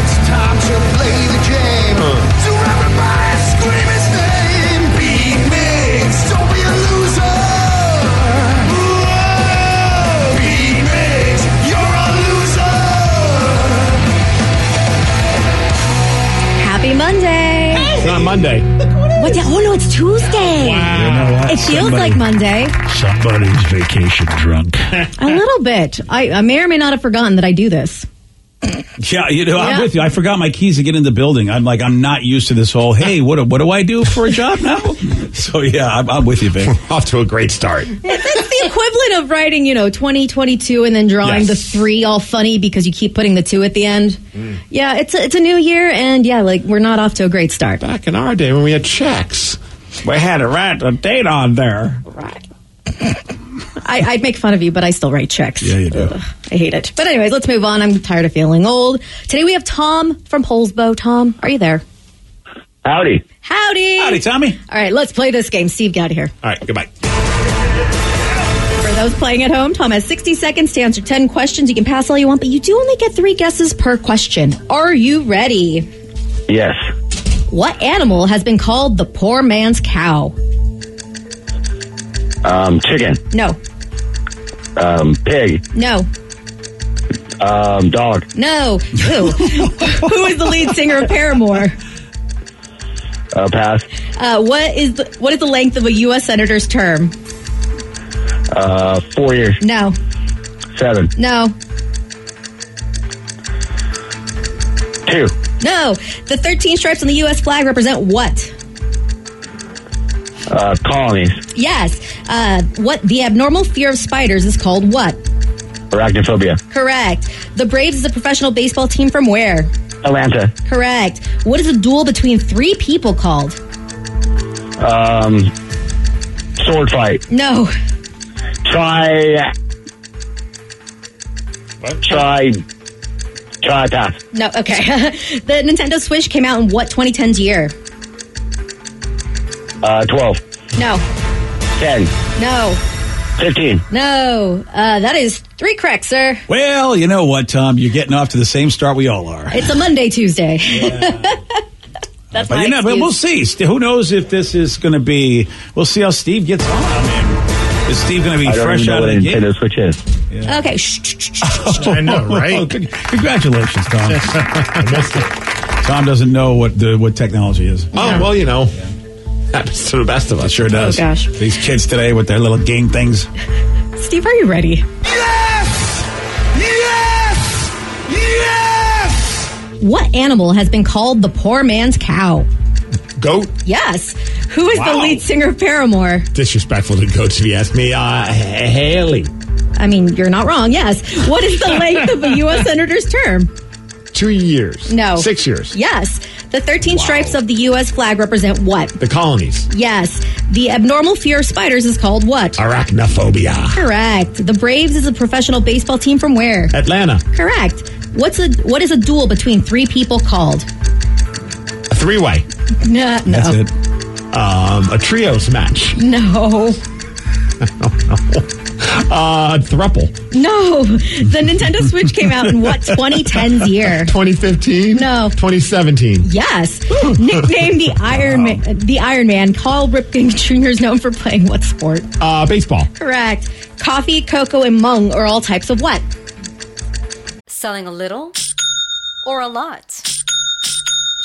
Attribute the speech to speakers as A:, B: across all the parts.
A: It's time to play the game. So everybody scream his name. B Migs. Don't be a loser. Whoa. B Migs. You're a loser.
B: Happy Monday.
C: It's not Monday.
B: What's that? Oh no, it's Tuesday. It feels like Monday.
D: Somebody's vacation drunk.
B: A little bit. I, I may or may not have forgotten that I do this.
C: Yeah, you know,
B: Yeah.
C: I'm with you. I forgot my keys to get in the building. I'm like, I'm not used to this whole. Hey, what do, what do I do for a job now? so yeah, I'm, I'm with you, Vic.
D: Off to a great start.
B: It's the equivalent of writing, you know, 2022 and then drawing
C: Yes. Mm.
B: the three all funny because you keep putting the two at the end. Yeah, it's a, it's a new year and yeah, like we're not off to a great start.
D: Back in our day when we had checks.
C: We had a rat a date on there.
B: I, I'd make fun of you, but I still write checks.
C: Yeah, you do.
B: Ugh, I hate it. But anyways, let's move on. I'm tired of feeling old. Today we have Tom from Holesbow. Tom, are you there?
E: Howdy.
B: Howdy.
C: Howdy, Tommy.
B: All right, let's play this game. Steve, get out of here.
D: All right, goodbye.
B: For those playing at home, Tom has 60 seconds to answer 10 questions. You can pass all you want, but you do only get three guesses per question. Are you ready?
E: Yes.
B: What animal has been called the poor man's cow?
E: Um, chicken.
B: No,
E: Um, pig.
B: no,
E: Um, dog.
B: no. Who? Who is the lead singer of Paramore?
E: Uh, pass.
B: Uh, what is the, what is the length of a U.S. senator's term?
E: Uh, four years.
B: No,
E: Seven.
B: no,
E: Two.
B: no. The 13 stripes on the U.S. flag represent what?
E: Uh, colonies.
B: Yes. Uh, what the abnormal fear of spiders is called what?
E: Arachnophobia.
B: Correct. The Braves is a professional baseball team from where?
E: Atlanta.
B: Correct. What is a duel between three people called?
E: Um, sword fight.
B: No.
E: Try. Try. Try pass.
B: No, okay. the Nintendo Switch came out in what 2010's year?
E: Uh, 12.
B: No.
E: 10.
B: No.
E: 15.
B: No. Uh, that is three correct, sir.
C: Well, you know what, Tom? You're getting off to the same start we all are.
B: It's a Monday, Tuesday. That's
C: But
B: my
C: you know, but
B: excuse.
C: we'll see. St- Who knows if this is going to be? We'll see how Steve gets on. I mean, is Steve going to be
E: I don't
C: fresh
E: even know
C: out
E: what
C: of
E: a
C: the gate?
E: Nintendo Switch is.
B: Okay. Shh, shh, shh, shh.
D: I know, right?
C: Congr- Oh, Congratulations, Tom. Tom doesn't know what the what technology is.
D: Oh, well, you know. Happens to the best of us.
C: Sure does.
B: gosh.
C: These kids today with their little game things.
B: Steve, are you ready?
A: Yes. Yes. Yes.
B: What animal has been called the poor man's cow?
D: Goat?
B: Yes. Who is the
D: Wow.
B: lead singer of Paramore?
D: Disrespectful to goats, if you ask me. Uh, H- Haley.
B: I mean, you're not wrong. Yes. What is the length of a U.S. senator's term?
D: Two years.
B: No.
D: Six years.
B: Yes. The 13 stripes of the U.S. flag represent what?
D: The colonies.
B: Yes. The abnormal fear of spiders is called what?
D: Arachnophobia.
B: Correct. The Braves is a professional baseball team from where?
D: Atlanta.
B: Correct. What's a what is a duel between three people called?
D: A three way.
B: No,
C: That's
B: no,
C: it.
D: Um, a trios match.
B: no,
D: Uh, thruple.
B: no. The Nintendo Switch came out in what 2010s year?
D: 2015?
B: No.
D: 2017.
B: Yes. Nicknamed the Iron Man, the Iron Man. Carl Ripken Jr. is known for playing what sport?
D: Uh, baseball.
B: Correct. Coffee, cocoa, and mung are all types of what?
F: Selling a little or a lot?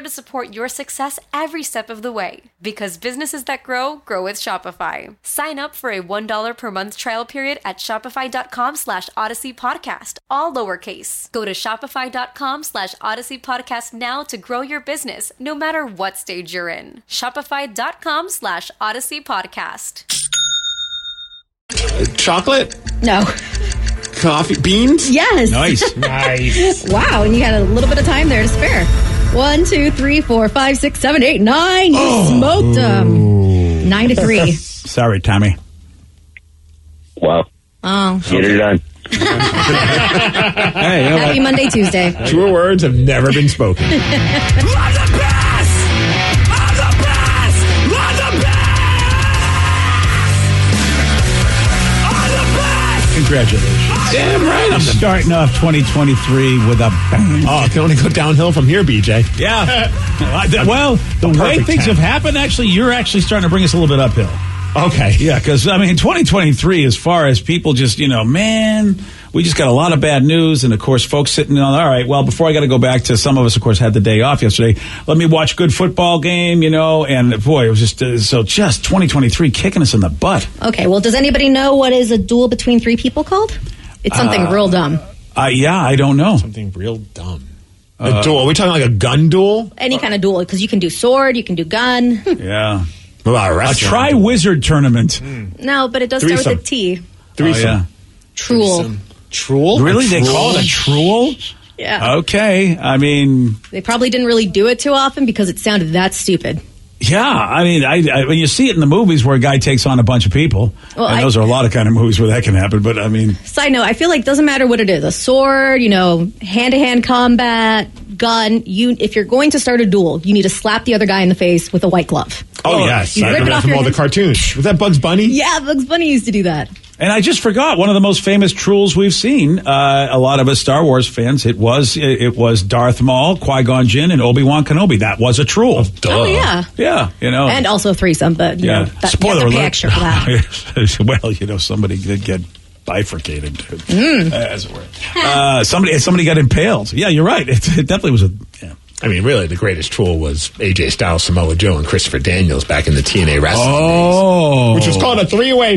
F: to support your success every step of the way. Because businesses that grow grow with Shopify. Sign up for a $1 per month trial period at Shopify.com slash Odyssey Podcast, all lowercase. Go to Shopify.com slash Odyssey Podcast now to grow your business, no matter what stage you're in. Shopify.com slash Odyssey Podcast.
D: Chocolate,
B: No.
D: coffee, beans.
B: Yes.
C: Nice.
D: Nice.
B: Wow, and you had a little bit of time there to spare. One, two, three, four, five, six, seven, eight, nine. You
D: Oh.
B: smoked them. Nine to three.
C: Sorry, Tommy.
E: Wow.
B: Oh,
E: Get it done.
C: Hey, you know
B: happy
C: what?
B: Monday, Tuesday.
D: Two words have never been spoken.
A: I'm the best! I'm the best! I'm the best! I'm the best!
C: congratulations.
D: Damn right.
C: I'm starting off 2023 with a bang.
D: Oh, it can only go downhill from here, BJ.
C: Yeah. Uh, th- well, the
D: The
C: way
D: perfect
C: things
D: time.
C: have happened, actually, you're actually starting to bring us a little bit uphill.
D: Okay.
C: Yeah, because I mean, 2023, as far as people just, you know, man, we just got a lot of bad news. And of course, folks sitting on, all right, well, before I got to go back to some of us, of course, had the day off yesterday. Let me watch good football game, you know, and boy, it was just, uh, so just 2023 kicking us in the butt.
B: Okay, well, does anybody know what is a duel between three people called? It's something real dumb.
C: Uh, yeah, I don't know. Uh,
D: Something real dumb. A duel. Are we talking like a gun duel?
B: Any kind of duel, because you can do sword, you can do gun. Hmm,
C: Yeah.
D: What about a
C: A
D: restaurant?
C: tri wizard tournament.
B: no, but it does start
D: Threesome.
B: with a T.
D: threesome.
C: Oh, yeah.
B: Truel.
D: Truel?
C: Really?
D: Oh, A
C: They
D: truel?
C: call it a truel?
B: Yeah.
C: Okay. I mean,
B: They probably didn't really do it too often because it sounded that stupid.
C: Yeah, I mean, I, I when you see it in the movies where a guy takes on a bunch of people,
B: Well,
C: and
B: I-
C: those are a lot of kind of movies where that can happen. But I mean,
B: Side note, I feel like it doesn't matter what it is a sword, you know, hand to hand combat, gun. You, If you're going to start a duel, you need to slap the other guy in the face with a white glove.
D: Oh, yes.
B: You
D: I
B: rip it
D: remember that
B: off
D: from
B: your
D: all the
B: hand.
D: cartoons. Was that Bugs Bunny?
B: Yeah, Bugs Bunny used to do that.
C: and I just forgot one of the most famous trolls we've seen. Uh, a lot of us Star Wars fans, it was it, it was Darth Maul, Qui Gon Jinn, and Obi Wan Kenobi. That was a troll.
B: Oh, yeah.
C: Yeah, you know,
B: And also threesome, but you know, that, you
C: Spoiler
B: have to pay
C: alert.
B: extra for that.
C: well, you know, somebody did get bifurcated,
B: Mm.
C: as it were. Uh, somebody, somebody got impaled. Yeah, you're right. It, it definitely was a. Yeah.
D: I mean, really, the greatest troll was AJ Styles, Samoa Joe, and Christopher Daniels back in the TNA wrestling days.
C: Oh,
D: Which was called a three-way,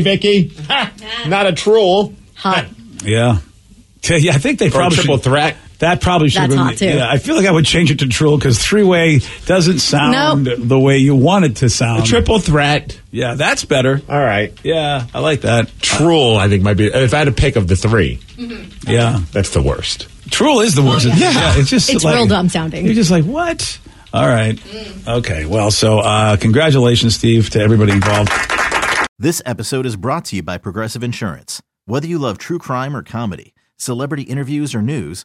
D: Vicky. Not a troll.
B: Hot.
C: Yeah. Yeah, yeah, I think they probably
D: triple
C: should-
D: threat.
C: That probably should.
B: That's
C: have
B: hot, too.
C: Yeah, I feel like I would change it to Truel because three way doesn't sound
B: Nope.
C: the way you want it to sound.
D: triple threat.
C: Yeah, that's better.
D: All right.
C: Yeah, I like that.
D: Troll, I think, might be. If I had a pick of the three,
C: Yeah,
D: that's the worst.
C: Truel is the worst. yeah. it's just
B: It's
C: like,
B: real dumb sounding.
C: You're just like what? All right. Okay. Well, so uh, congratulations, Steve, to everybody involved.
G: This episode is brought to you by Progressive Insurance. Whether you love true crime or comedy, celebrity interviews or news,